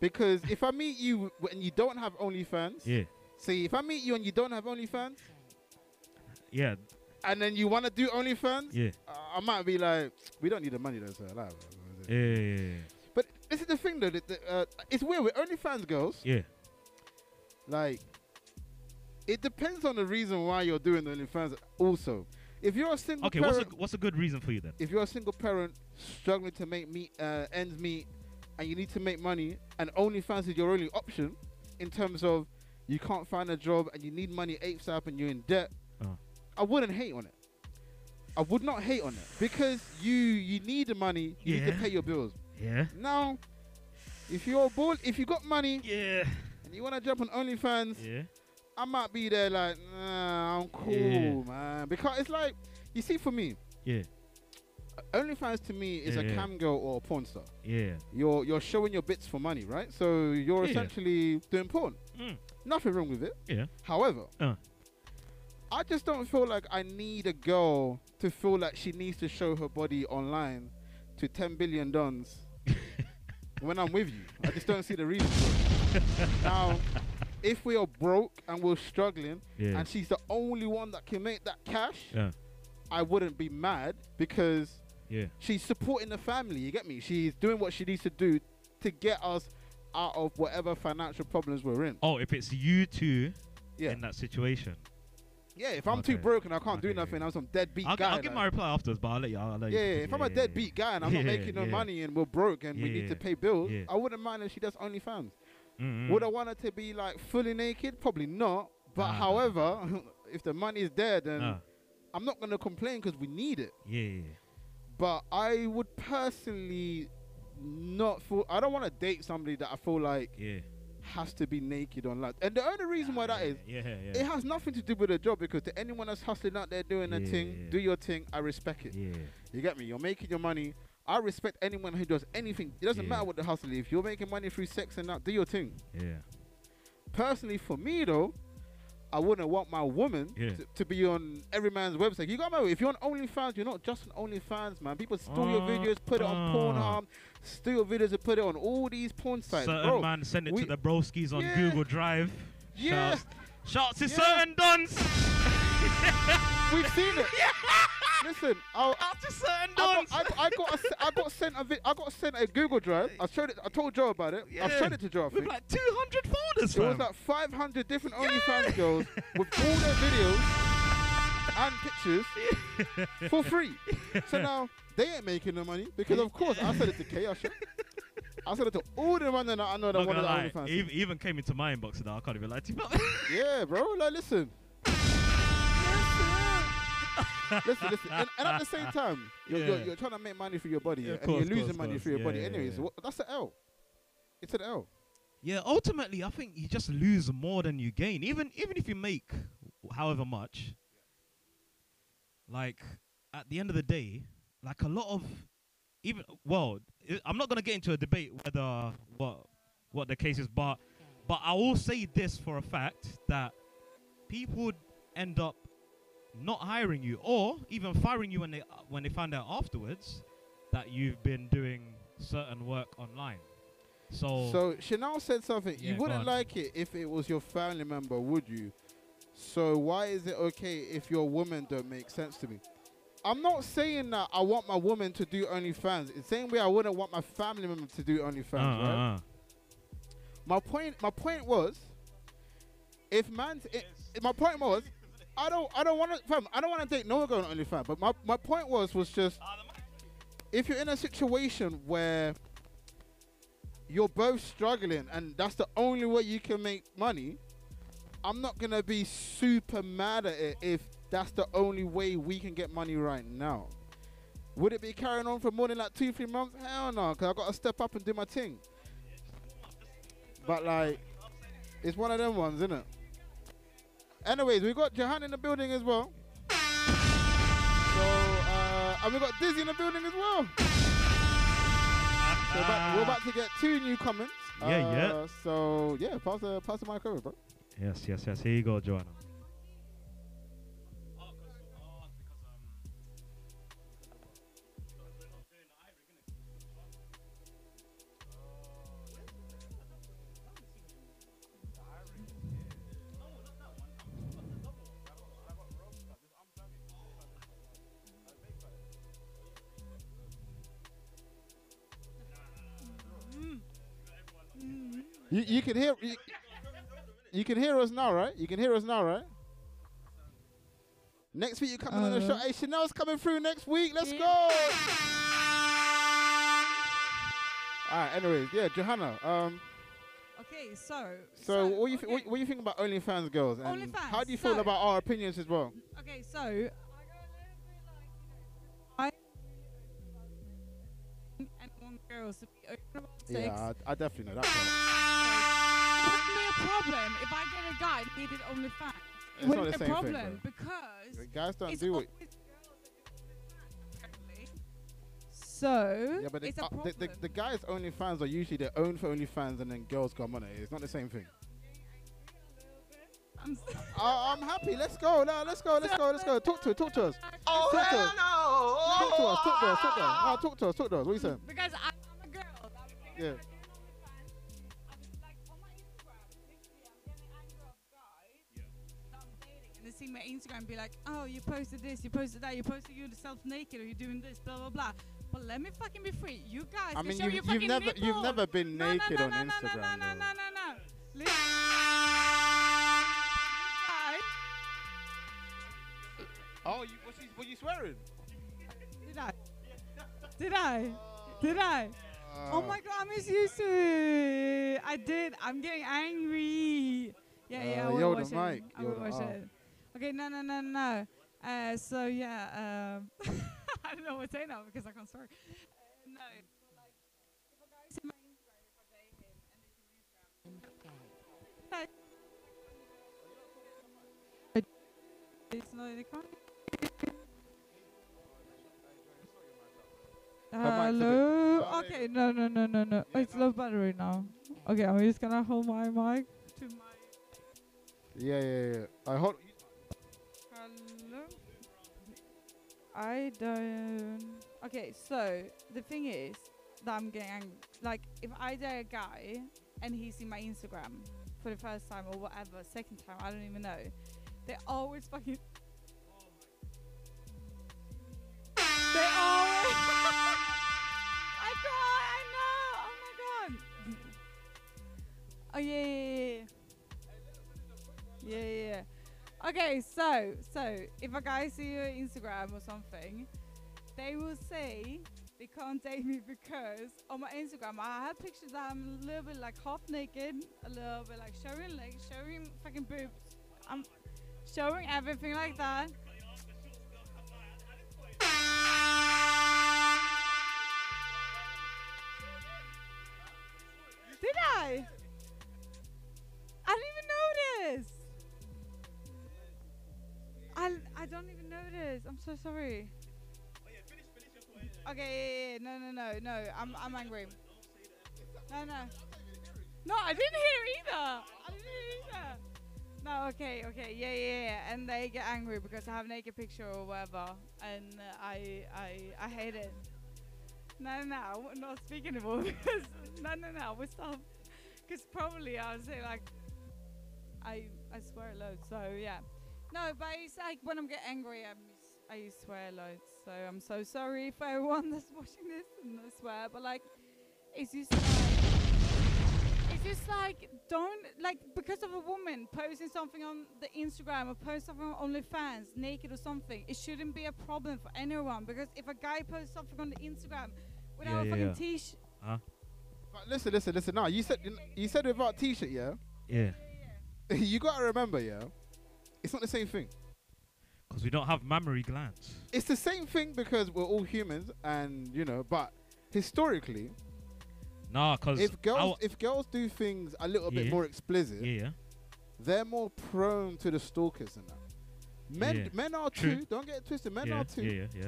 E: Because if I meet you when you don't have OnlyFans,
B: yeah,
E: see, if I meet you and you don't have OnlyFans,
B: yeah,
E: and then you want to do OnlyFans,
B: yeah,
E: uh, I might be like, we don't need the money, though, sir. Like,
B: yeah, yeah,
E: But this is the thing, though. That, that, uh, it's weird with OnlyFans girls.
B: yeah.
E: Like, it depends on the reason why you're doing OnlyFans. Also, if you're a single
B: Okay, what's a
E: parent-
B: g- what's a good reason for you then?
E: if you're a single parent struggling to make meet uh, ends meet and you need to make money and OnlyFans is your only option in terms of you can't find a job and you need money apes up and you're in debt,
B: Uh.
E: I wouldn't hate on it. I would not hate on it because you you need the money, you need to
B: Yeah.
E: pay your bills.
B: Yeah,
E: Now, if you're bull, if you got money
B: yeah,
E: and you want to jump on OnlyFans,
B: yeah,
E: I might be there like, nah, I'm cool,
B: Yeah.
E: man. Because it's like, you see, for me,
B: yeah,
E: OnlyFans to me is
B: Yeah.
E: a cam girl or a porn star.
B: yeah.
E: You're you're showing your bits for money, right? So you're
B: Yeah.
E: essentially doing porn.
B: Mm.
E: Nothing wrong with it.
B: Yeah.
E: However,
B: Uh.
E: I just don't feel like I need a girl to feel like she needs to show her body online to 10 billion dons when I'm with you. I just don't see the reason for it. Now, if we are broke and we're struggling
B: Yeah.
E: and she's the only one that can make that cash,
B: Yeah.
E: I wouldn't be mad because
B: Uh, Yeah.
E: she's supporting the family. You get me? She's doing what she needs to do to get us out of whatever financial problems we're in.
B: Oh, if it's you two
E: Yeah.
B: in that situation.
E: Yeah, if I'm too
B: Okay.
E: broken, I can't do
B: Okay.
E: nothing. I'm some deadbeat
B: I'll, g-
E: guy.
B: I'll give
E: like-
B: my reply afterwards, but I'll let you. I'll let
E: yeah,
B: you
E: yeah, if I'm a deadbeat guy and I'm not
B: Yeah,
E: making no
B: yeah.
E: money and we're broke and we need
B: Yeah,
E: to pay bills,
B: yeah.
E: I wouldn't mind if she does OnlyFans.
B: Mm,
E: Would
B: mm.
E: I want her to be like fully naked? Probably not. But
B: Nah.
E: however, if the money is there, then
B: Nah.
E: I'm not going to complain because we need it.
B: Ah, Yeah, yeah, yeah.
E: But I would personally not feel. I don't want to date somebody that I feel like
B: Yeah.
E: has to be naked online. And the only reason why that is,
B: Yeah, yeah,
E: it has nothing to do with the job because to anyone that's hustling out there doing their
B: Yeah,
E: thing,
B: yeah.
E: do your thing. I respect it.
B: yeah.
E: You get me? You're making your money. I respect anyone who does anything. It doesn't
B: Yeah.
E: matter what the hustle is. If you're making money through sex and that, do your thing.
B: Yeah.
E: Personally, for me though, I wouldn't want my woman
B: Yeah.
E: to, to be on every man's website. You got me? If you're on OnlyFans, you're not just on OnlyFans, man. People steal your
B: Uh,
E: videos, put it on
B: uh.
E: Pornhub, steal your videos and put it on all these porn sites,
B: certain
E: bro.
B: man send it
E: we-
B: to the broskies on
E: Yeah.
B: Google Drive.
E: Yeah.
B: Shouts, shouts to
E: Yeah.
B: certain dons.
E: We've seen it. Listen, I'll,
B: Out to certain
E: I
B: dons.
E: got, I, I got, a se- I got sent a vi- I got sent a Google Drive. I showed it. I told Joe about it. I showed it to Joe. I
B: With
E: think.
B: like 200 folders,
E: It was
B: fam.
E: like 500 different OnlyFans girls with all their videos and pictures for free. So now they ain't making no money because, of course, I said it to Kay. I, should, I said it to all the men that I know that
B: Not
E: wanted
B: gonna
E: the
B: lie,
E: OnlyFans.
B: even, even came into my inbox now. I can't even lie to you.
E: Yeah, bro. Like, listen. listen, listen. And, and at the same time, you're, you're,
B: Yeah.
E: you're trying to make money for your body,
B: Yeah,
E: and
B: of course,
E: you're losing
B: course,
E: money
B: course.
E: for your
B: Yeah,
E: body.
B: yeah,
E: Anyways,
B: yeah.
E: what- that's an L. It's an L.
B: yeah, ultimately, I think you just lose more than you gain. Even even if you make however much, like at the end of the day, like a lot of even well, I- I'm not gonna get into a debate whether what what the case is, but but I will say this for a fact that people end up not hiring you or even firing you when they when they find out afterwards that you've been doing certain work online. So,
E: So Chanel said something.
B: Oh. Yeah,
E: you
B: go
E: wouldn't
B: on.
E: like it if it was your family member, would you? So why is it okay if your woman don't make sense to me? I'm not saying that I want my woman to do OnlyFans. It's the same way I wouldn't want my family member to do OnlyFans,
B: uh,
E: right?
B: uh, uh.
E: My point, my point was, if man's, i my point was, I don't, I don't want to, fam, I don't want to date no girl on OnlyFans. But my, my point was, was just, if you're in a situation where you're both struggling and that's the only way you can make money, I'm not gonna be super mad at it if that's the only way we can get money right now. Would it be carrying on for more than like two, three months? Hell no, because I gotta step up and do my thing. But like, it's one of them ones, isn't it? Anyways, we got Johan in the building as well. So, uh, and we got Dizzy in the building as well. So about- we're about to get two new comments.
B: Yeah, yeah.
E: Uh, So yeah, pass the pass the mic over, bro.
B: Yes, yes, yes. Here you go, Joanna.
E: You, you can hear you, you can hear us now, right? You can hear us now, right? Next week you coming on the
H: Uh.
E: show. Hey, Chanel's coming through next week. Let's go. All right. Anyways, yeah, Johanna. Um.
H: Okay, so.
E: So, what do you thi-
H: okay.
E: what, what do you think about OnlyFans girls and
H: OnlyFans,
E: how do you feel
H: so-
E: about our opinions as well?
H: Okay, so I got a little bit like, you know, I really open about sex and I want girls to be open about sex.
E: Yeah, I, I definitely know that. Part.
H: It wouldn't be a problem if I get a guy that needed OnlyFans.
E: It's not the
H: wouldn't be a
E: same thing,
H: problem
E: bro.
H: because
E: Guys don't
H: it's
E: do
H: always
E: it.
H: girls that do OnlyFans, apparently. So
E: Yeah, but the,
H: it's a
E: uh,
H: problem.
E: the, the, the guys' OnlyFans are usually their own for OnlyFans, and then girls come on it. It's not the same thing.
H: I'm s-
E: I, I'm happy. Let's go. No, let's go. Let's go. Let's go. Talk to talk to us.
C: Oh,
E: Talk to us. Talk to us. Talk to us. Talk to us. No, talk to us. Talk to us. What you saying?
H: because I, I'm a girl. I'm thinking
E: Yeah.
H: about doing OnlyFans. I'm like on my Instagram, literally, I'm getting anger of guys that I'm dating, and they see my Instagram and be like, oh, you posted this, you posted that, you posted yourself naked, or you're doing this, blah blah blah. But let me fucking be free. You guys,
E: I
H: can
E: mean,
H: show
E: you've,
H: your
E: you've
H: fucking
E: never you've
H: nipples.
E: never been
H: No, no,
E: naked
H: no,
E: on
H: no, no,
E: Instagram.
H: No, no, no,
E: though.
H: no, no, no. Listen. You guys-
E: Oh, you, was, she, were you swearing?
H: Did I? Did I? Did I? Oh my god, I'm just used to it. I did. I'm getting angry. Yeah, yeah.
E: Uh,
H: I will
E: yo, the
H: watch it.
E: mic,
H: I
E: yo,
H: will
E: the-
H: watch
E: oh.
H: it. Okay, no, no, no, no. Uh, so yeah, um, I don't know what to say now because I can't swear. Uh, no. If a guy's in my Instagram, if I date him and it's an Instagram- Uh, It's not in the con-
E: mic's a bit-
H: Hello.
E: Oh, there you
H: Okay. No, no, no, no, no. it's low battery now. Okay, I'm just gonna hold my mic to my.
E: Yeah, yeah, yeah. I hold.
H: Hello. I don't. Okay, so the thing is that I'm getting angry. like if I date a guy and he's in my Instagram for the first time or whatever, second time, I don't even know. They always fucking. They always. I can't. I know. Oh my god. Oh yeah, yeah, yeah, yeah. yeah, yeah. Okay, so so if a guy see your Instagram or something, they will say they can't date me because on my Instagram I have pictures that I'm a little bit like half naked, a little bit like showing legs, showing fucking boobs. I'm showing everything like that. Did I? I didn't even notice. I, I don't even notice. I'm so sorry. Okay, yeah, yeah, yeah. no, no, no, no. I'm, I'm angry. No, no. No, I didn't hear either. I didn't hear either. No, okay, okay, yeah, yeah, yeah. And they get angry because I have naked picture or whatever, and uh, I, I, I hate it. No, no, no, we're not speaking about because no, no, no, we stop. Because probably I'll say like, I, I swear a lot. So yeah. No, but it's like when I'm getting angry, I'm, s- I swear loads. So I'm so sorry for everyone that's watching this and I swear. But like, it's just like, it's just like don't like because of a woman posting something on the Instagram or post something on OnlyFans naked or something. It shouldn't be a problem for anyone because if a guy posts something on the Instagram
B: yeah,
H: without a fucking
B: yeah.
H: t-shirt,
E: But listen, listen, listen. Now you said you said without t-shirt, yeah.
B: Yeah.
E: you gotta remember, yeah. It's not the same thing.
B: Because we don't have mammary glands.
E: It's the same thing because we're all humans, and you know. But historically,
B: Nah, because.
E: if girls if girls do things a little bit
B: Yeah.
E: more explicit,
B: yeah, yeah.
E: they're more prone to the stalkers and that. Men
B: Yeah.
E: men are
B: True.
E: too. Don't get it twisted. Men
B: yeah,
E: are too.
B: yeah, yeah,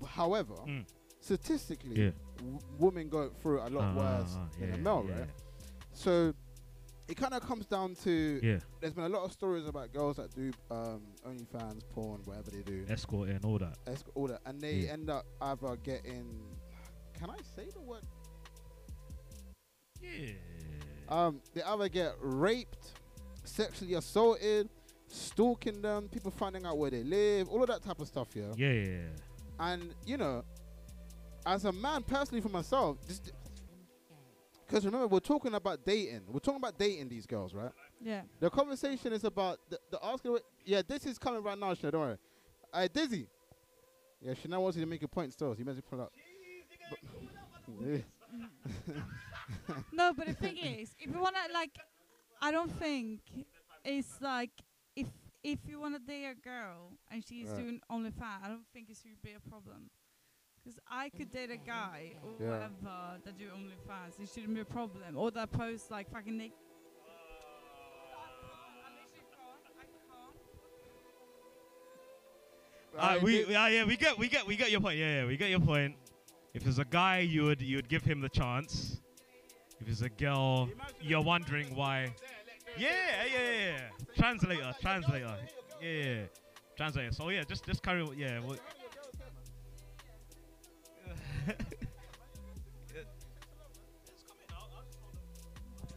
B: yeah.
E: However,
B: Mm.
E: statistically,
B: Yeah.
E: w- women go through it a lot
B: Ah,
E: worse
B: ah,
E: than
B: yeah,
E: a male,
B: yeah,
E: right? So it kind of comes down to
B: Yeah.
E: there's been a lot of stories about girls that do um, OnlyFans, porn, whatever they do,
B: Escort and all that.
E: esc- all that, and they
B: Yeah.
E: end up either getting. Can I say the word?
B: Yeah.
E: Um, they either get raped, sexually assaulted, stalking them, people finding out where they live, all of that type of stuff, yeah.
B: yeah, yeah, yeah.
E: And you know, as a man personally for myself, just because remember we're talking about dating, we're talking about dating these girls, right?
H: yeah,
E: The conversation is about the, the asking. wa- Yeah, this is coming right now, Shana. Don't worry. Uh, Dizzy. Yeah, Shana wants you to make a point still. So you must pull up. But-
H: No, but the thing is, if you wanna like, I don't think it's like if if you wanna date a girl and she's
E: Right.
H: doing OnlyFans, I don't think it should be a problem. 'Cause I could date a guy or
E: Yeah.
H: whatever that do OnlyFans, it shouldn't be a problem. Or that post like fucking naked.
B: Ah,
E: I
B: we,
E: did-
B: we, ah, yeah, we get, we get, we get your point. Yeah, yeah, we get your point. If it's a guy, you would, you would give him the chance. If it's a girl, you're wondering why. Yeah, yeah, yeah, yeah. Translator, translator. Yeah, yeah. translator. So yeah, just, just carry. on, Yeah. What,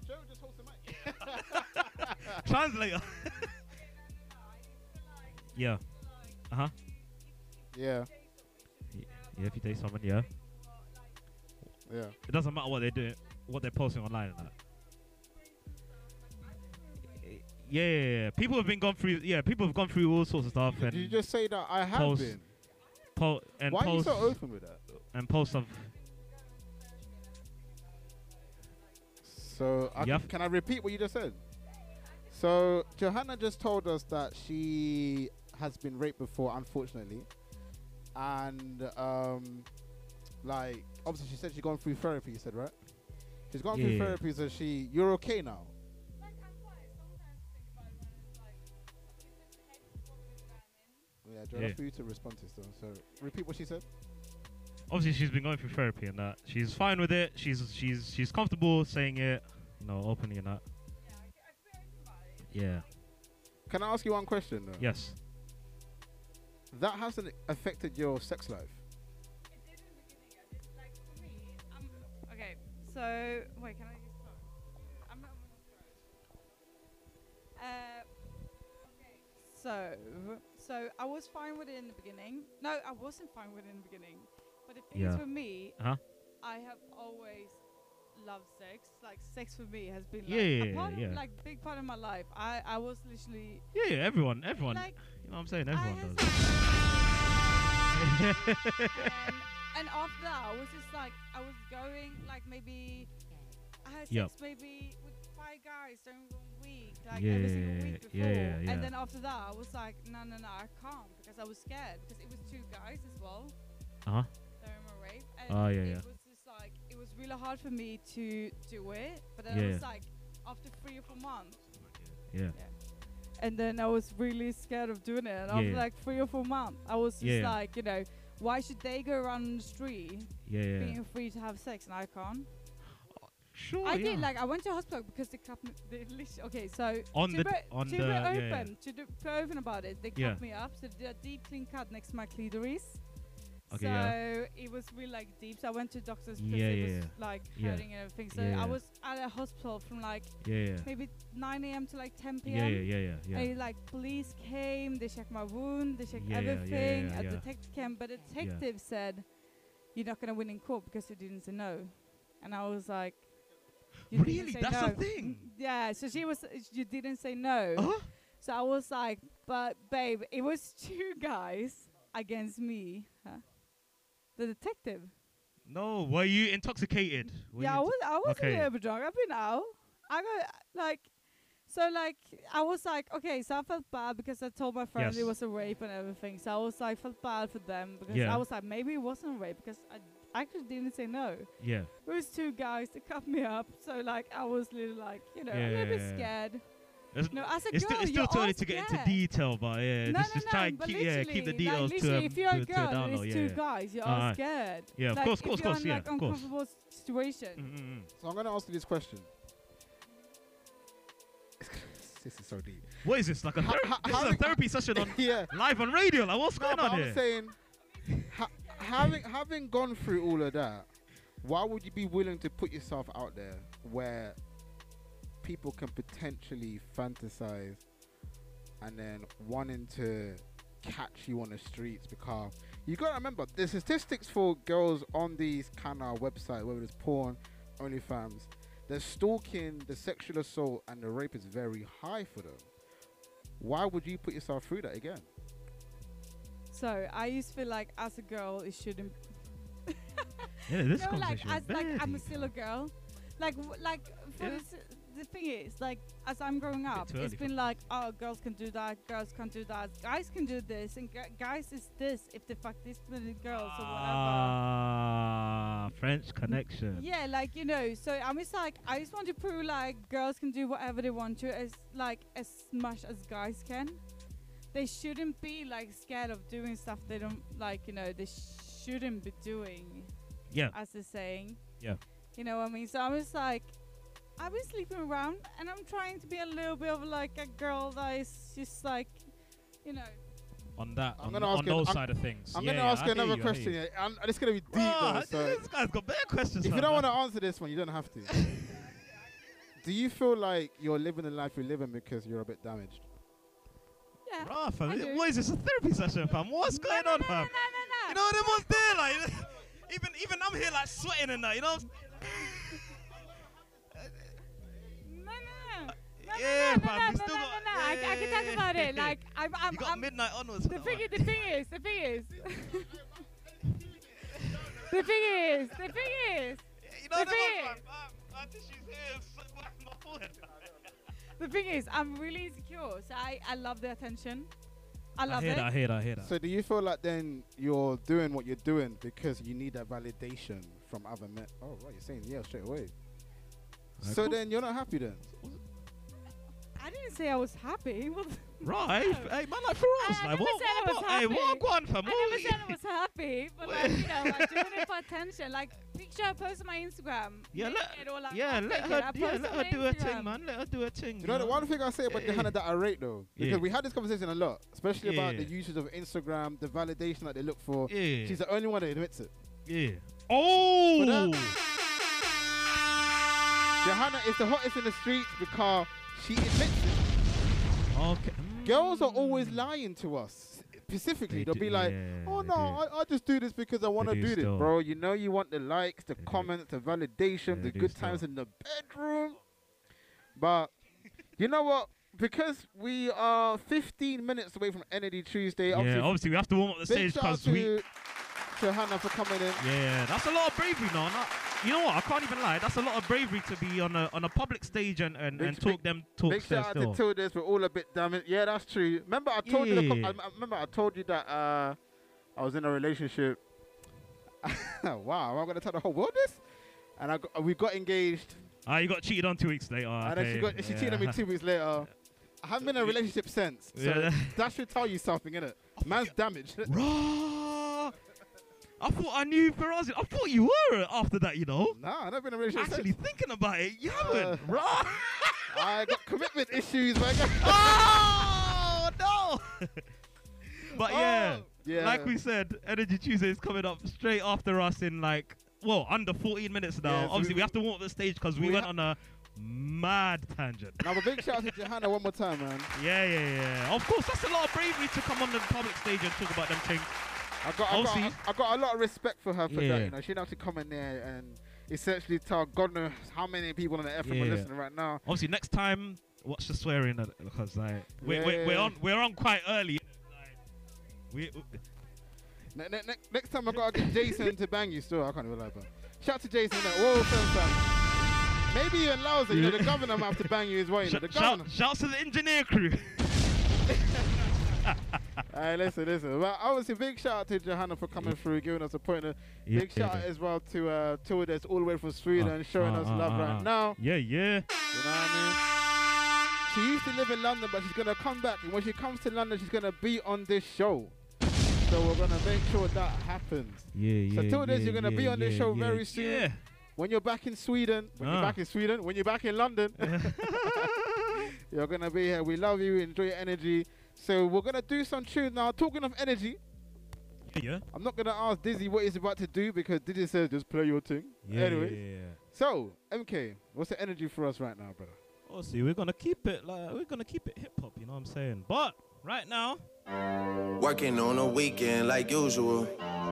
E: Joe just holds the mic.
B: translator. yeah. Uh huh.
E: Yeah,
B: Yeah, if you date someone, yeah.
E: yeah.
B: It doesn't matter what they do, what they're posting online and that. yeah, yeah, yeah. People have been gone through. Yeah, people have gone through all sorts of stuff
E: Did you
B: and
E: just say that I have
B: post-
E: been?
B: po- and
E: Why are you
B: post
E: so open with that?
B: and post of.
E: So I,
B: Yep.
E: can I repeat what you just said? So Johanna just told us that she has been raped before, unfortunately, and um, like obviously she said she's gone through therapy. You said right? She's gone through
B: Yeah.
E: therapy, so she you're okay now. Yeah, Joe,
B: Yeah.
E: that's for you to respond to. So, so repeat what she said.
B: Obviously, she's been going through therapy and that. She's fine with it. She's she's she's comfortable saying it, you know, openly and that. Yeah.
E: Can I ask you one question though?
B: Yes.
E: That hasn't affected your sex life.
H: Okay, so wait, can I use phone? I'm not. Uh, okay. So, so I was fine with it in the beginning. No, I wasn't fine with it in the beginning. But the thing is,
B: Yeah.
H: for me,
B: Huh?
H: I have always loved sex. Like, sex for me has been like
B: Yeah, yeah,
H: a part
B: yeah.
H: of, like big part of my life. I, I was literally
B: Yeah, yeah, everyone, everyone.
H: like
B: you know what I'm saying?
H: I
B: Everyone
H: had
B: does.
H: and, and after that, I was just like, I was going like maybe I had sex
B: Yep.
H: maybe with five guys during one week, like
B: Yeah,
H: every single week
B: yeah,
H: before.
B: yeah, yeah.
H: And then after that, I was like, no, no, no, I can't because I was scared because it was two guys as well
B: Uh-huh.
H: that were raped, and
B: Ah, yeah,
H: it
B: yeah.
H: was just like it was really hard for me to do it. But then
B: Yeah,
H: I was
B: yeah.
H: like, after three or four months.
B: Yeah.
H: And then I was really scared of doing it. And
B: Yeah.
H: after like three or four months, I was just
B: Yeah.
H: like, you know, why should they go around on the street
B: Yeah, yeah.
H: being free to have sex and I can't?
B: Sure.
H: I
B: yeah.
H: did. Like I went to hospital because they cut me. They literally, okay, so
B: On
H: to
B: the
H: be,
B: d- on
H: to
B: the-
H: be
B: yeah,
H: open,
B: yeah.
H: to do, be open about it, they cut
B: Yeah.
H: me up. So they did a deep clean cut next to my clitoris.
B: Okay,
H: so
B: yeah.
H: it was really like deep. So I went to doctors because
B: Yeah,
H: it
B: yeah,
H: was
B: yeah.
H: like
B: Yeah.
H: hurting and everything. So
B: Yeah, yeah.
H: I was at a hospital from like
B: yeah, yeah.
H: maybe 9 a.m. to like 10 p.m.
B: Yeah, yeah, yeah, yeah, yeah.
H: And like police came, they checked my wound, they checked
B: Yeah, yeah, yeah,
H: everything.
B: yeah,
H: a
B: yeah.
H: detective came, but the detective said, "You're not gonna win in court because you didn't say no," and I was like, "You didn't
B: Really?
H: say
B: That's a
H: no." Mm,
B: thing? Oh.
H: Yeah. So she was, you didn't say no.
E: Uh-huh.
H: So I was like, "But babe, it was two guys against me." Huh? The detective.
B: No, were you intoxicated? Were
H: Yeah, I
B: you
H: was. I was
B: Okay.
H: a little bit drunk. I've been out. I got like, so like I was like, okay, so I felt bad because I told my friends
B: Yes.
H: it was a rape and everything. So I was like, felt bad for them because
B: Yeah.
H: I was like, maybe it wasn't a rape because I actually didn't say no.
B: intox- yeah.
H: It was two guys that cut me up. So like I was little like, you know, a little
B: Yeah.
H: bit scared.
B: It's,
H: No, as a
B: it's
H: girl,
B: still, it's still
H: you're
B: too
H: all
B: early to get into
H: scared.
B: detail, but yeah,
H: no,
B: just,
H: no,
B: just
H: no,
B: try and
H: but
B: keep, yeah, keep the
H: literally, like,
B: details to,
H: literally,
B: um,
H: if you're a
B: to, to a
H: girl
B: down
H: and
B: low.
H: it's
B: Yeah,
H: two
B: yeah.
H: guys, you're
B: Aye.
H: all scared.
B: Yeah, of
H: like,
B: course,
H: if
B: course,
H: you're
B: course,
H: in,
B: yeah,
H: like,
B: of course.
H: uncomfortable situation.
B: Mm, mm, mm.
E: So I'm going to ask you this question. this is so deep.
B: What is this? Like a
E: How-
B: therapy,
E: how-
B: this is
E: how-
B: a therapy session on
E: yeah.
B: live on radio. Like what's
E: No,
B: going
E: but
B: on
E: I'm
B: here?
E: saying, ha- having having gone through all of that, why would you be willing to put yourself out there where people can potentially fantasize and then wanting to catch you on the streets? Because you got to remember the statistics for girls on these kind of websites, whether it's porn, OnlyFans, the stalking, the sexual assault, and the rape is very high for them. Why would you put yourself through that again?
H: So I used to feel like as a girl it shouldn't.
B: yeah, this
H: no, like
B: conversation.
H: as
B: is
H: like
B: very
H: I'm
B: deep.
H: still a girl. Like w- like for
B: Yeah.
H: this, the thing is like as I'm growing up,
B: too
H: it's
B: early for
H: been like oh girls can do that, girls can do that, guys can do this, and gu- guys is this if they fuck this many girls or whatever.
B: Ah, French connection.
H: Yeah, like you know. So I'm just like I just want to prove like girls can do whatever they want to as like as much as guys can. They shouldn't be like scared of doing stuff they don't like. You know they shouldn't be doing.
B: Yeah.
H: as the saying.
B: Yeah.
H: You know what I mean? So I was like, I've been sleeping around and I'm trying to be a little bit of like a girl that is just like, you know.
B: On that,
E: I'm
B: on,
E: gonna
B: on
E: ask you-
B: those
E: I'm-
B: side of things.
E: I'm
B: yeah,
E: gonna
B: yeah,
E: ask
B: I
E: you
B: hear
E: another
B: I hear
E: question.
B: you.
E: Yeah, I'm, it's gonna be deep
B: Ah,
E: though. So
B: this guy's got better questions.
E: if you
B: man.
E: don't want to answer this one, you don't have to. Do you feel like you're living the life you're living because you're a bit damaged?
H: Yeah.
B: Bruh, fam,
H: I
B: it-
H: do.
B: what is this? A therapy session, fam? What's
H: No,
B: going
H: no,
B: on,
H: no,
B: fam?
H: No, no, no,
B: You
H: no.
B: know, they was there, like, even even I'm here, like, sweating and that, you know?
H: No, no. No, no,
B: Yeah,
H: no, no,
B: fam, we
H: no, no,
B: still
H: no,
B: got-
H: no, no. I, I can talk about it. Like, I'm, I'm,
B: You got
H: I'm
B: midnight onwards.
H: the thing, is, the thing is, the thing is, the thing is, the thing is,
B: you
H: know the that one, thing-
B: My tissue's here. my forehead.
H: the thing is, I'm really insecure, so I, I love the attention. I
B: I
H: love
B: hear
H: it.
B: that. I hear that. I hear that.
E: So do you feel like then you're doing what you're doing because you need that validation from other men? Oh right, you're saying yeah straight away. so
B: cool.
E: then you're not happy then.
H: I didn't say I was happy. What the-
B: Right, hey man, like for us,
H: I
B: like
H: never
B: what,
H: said I
B: what,
H: was
B: about- hey, what,
H: happy.
B: go on, fam,
H: I
B: what-
H: never said I was happy, but like, you know, like doing it for attention. Like, picture I post on my Instagram.
B: Yeah,
H: naked
B: let,
H: or, like,
B: yeah,
H: half
B: let
H: naked, I
B: her, yeah,
H: post
B: let
H: on
B: her
H: my
B: do her
H: Instagram.
B: thing, man. Let her do her thing.
E: You know the one thing I say about the
B: Yeah.
E: Hannah that I rate though, because
B: Yeah.
E: we had this conversation a lot, especially about the
B: Yeah.
E: usage of Instagram, the validation that they look for.
B: Yeah.
E: She's the only one that admits it.
B: Yeah. Oh.
E: The Hannah is the hottest in the streets because she admits it.
B: Okay.
E: Girls are always
B: Mm.
E: lying to us.
B: They
E: Specifically, they will
B: do-
E: be like,
B: yeah,
E: "Oh
B: they
E: no,
B: do.
E: I, I just do this because I want to
B: do
E: do, this,
B: still.
E: bro. You know, you want the likes, the
B: do.
E: comments, the validation,
B: They
E: the
B: do
E: good
B: still.
E: times in the bedroom." But you know what? Because we are 15 minutes away from Energy Tuesday,
B: Yeah,
E: obviously,
B: obviously we have to warm up the
E: big
B: stage
E: shout out
B: because we.
E: to, to Hannah for coming in.
B: Yeah, that's a lot of bravery, no, no. You know what? I can't even lie. That's a lot of bravery to be on a on a public stage and and,
E: Big-
B: and talk
E: big-
B: them talks
E: Big
B: there
E: shout out
B: still.
E: to Tildes. We're all a bit damaged. Yeah, that's true. Remember, I told you. The,
B: Yeah.
E: co- I, I remember, I told you that uh, I was in a relationship. wow, am I gonna tell the whole world this? And I got, we got engaged,
B: Ah, you got cheated on two weeks later.
E: and Ah, then she got she cheated on me two weeks later. I haven't been in a relationship since, so
B: Yeah. Oh
E: that should tell you something, innit? Man's damaged.
B: Raw. I thought I knew Ferrazzi. I thought you were it after that, you know.
E: nah, I've not been in a relationship
B: Actually
E: since.
B: thinking about it, you haven't.
E: Uh.
B: Raw.
E: I got commitment issues, man.
B: oh no. but yeah,
E: Oh, yeah.
B: like we said, Energy Tuesday is coming up straight after us in like well under 14 minutes now.
E: Yeah, so
B: Obviously,
E: we-
B: we have to warm up the stage because we,
E: we
B: went
E: ha-
B: on a mad tangent.
E: Now, a big shout out to Johanna one more time, man.
B: yeah, yeah, yeah. Of course, that's a lot of bravery to come on the public stage and talk about them things.
E: I got, I, got,
B: Obviously-
E: I, got a lot of respect for her for
B: Yeah.
E: that. You know, she had to come in there and essentially tell God knows how many people on the FM are
B: Yeah.
E: listening right now.
B: Obviously, next time, watch the swearing uh, because like we're, we're,
E: Yeah.
B: we're on we're on quite early. Like, we,
E: Ne- ne- ne- next time I gotta get Jason to bang you. Still, I can't even lie, but shout out to Jason. Like, Whoa, fam, fam. Maybe you allows it. You know, the governor might have to bang you as well. You know, the
B: sh- shout,
E: governor.
B: shouts to the engineer crew.
E: All right, listen, listen. Well, obviously, big shout out to Johanna for coming through, giving us a pointer.
B: Yeah,
E: big shout out
B: yeah.
E: as well to uh, Tildes all the way from Sweden,
B: Uh,
E: showing
B: uh,
E: us
B: uh,
E: love
B: uh,
E: right
B: uh.
E: now.
B: Yeah, yeah.
E: You know what I mean? She used to live in London, but she's gonna come back, and when she comes to London, she's gonna be on this show. So we're gonna make sure that happens.
B: Yeah, yeah.
E: So till then,
B: yeah,
E: you're gonna be
B: yeah,
E: on this
B: yeah,
E: show
B: yeah,
E: very soon.
B: Yeah.
E: When you're back in Sweden, when you're
B: Ah.
E: back in Sweden, when you're back in London, you're gonna be here. We love you. Enjoy your energy. So we're gonna do some tunes now. Talking of energy,
B: Yeah, yeah.
E: I'm not gonna ask Dizzy what he's about to do because Dizzy says just play your thing.
B: Yeah,
E: anyway,
B: yeah, yeah.
E: so MK, what's the energy for us right now, brother?
B: Obviously, Oh, we're gonna keep it like we're gonna keep it hip hop. You know what I'm saying? But right now,
G: Working on a weekend like usual.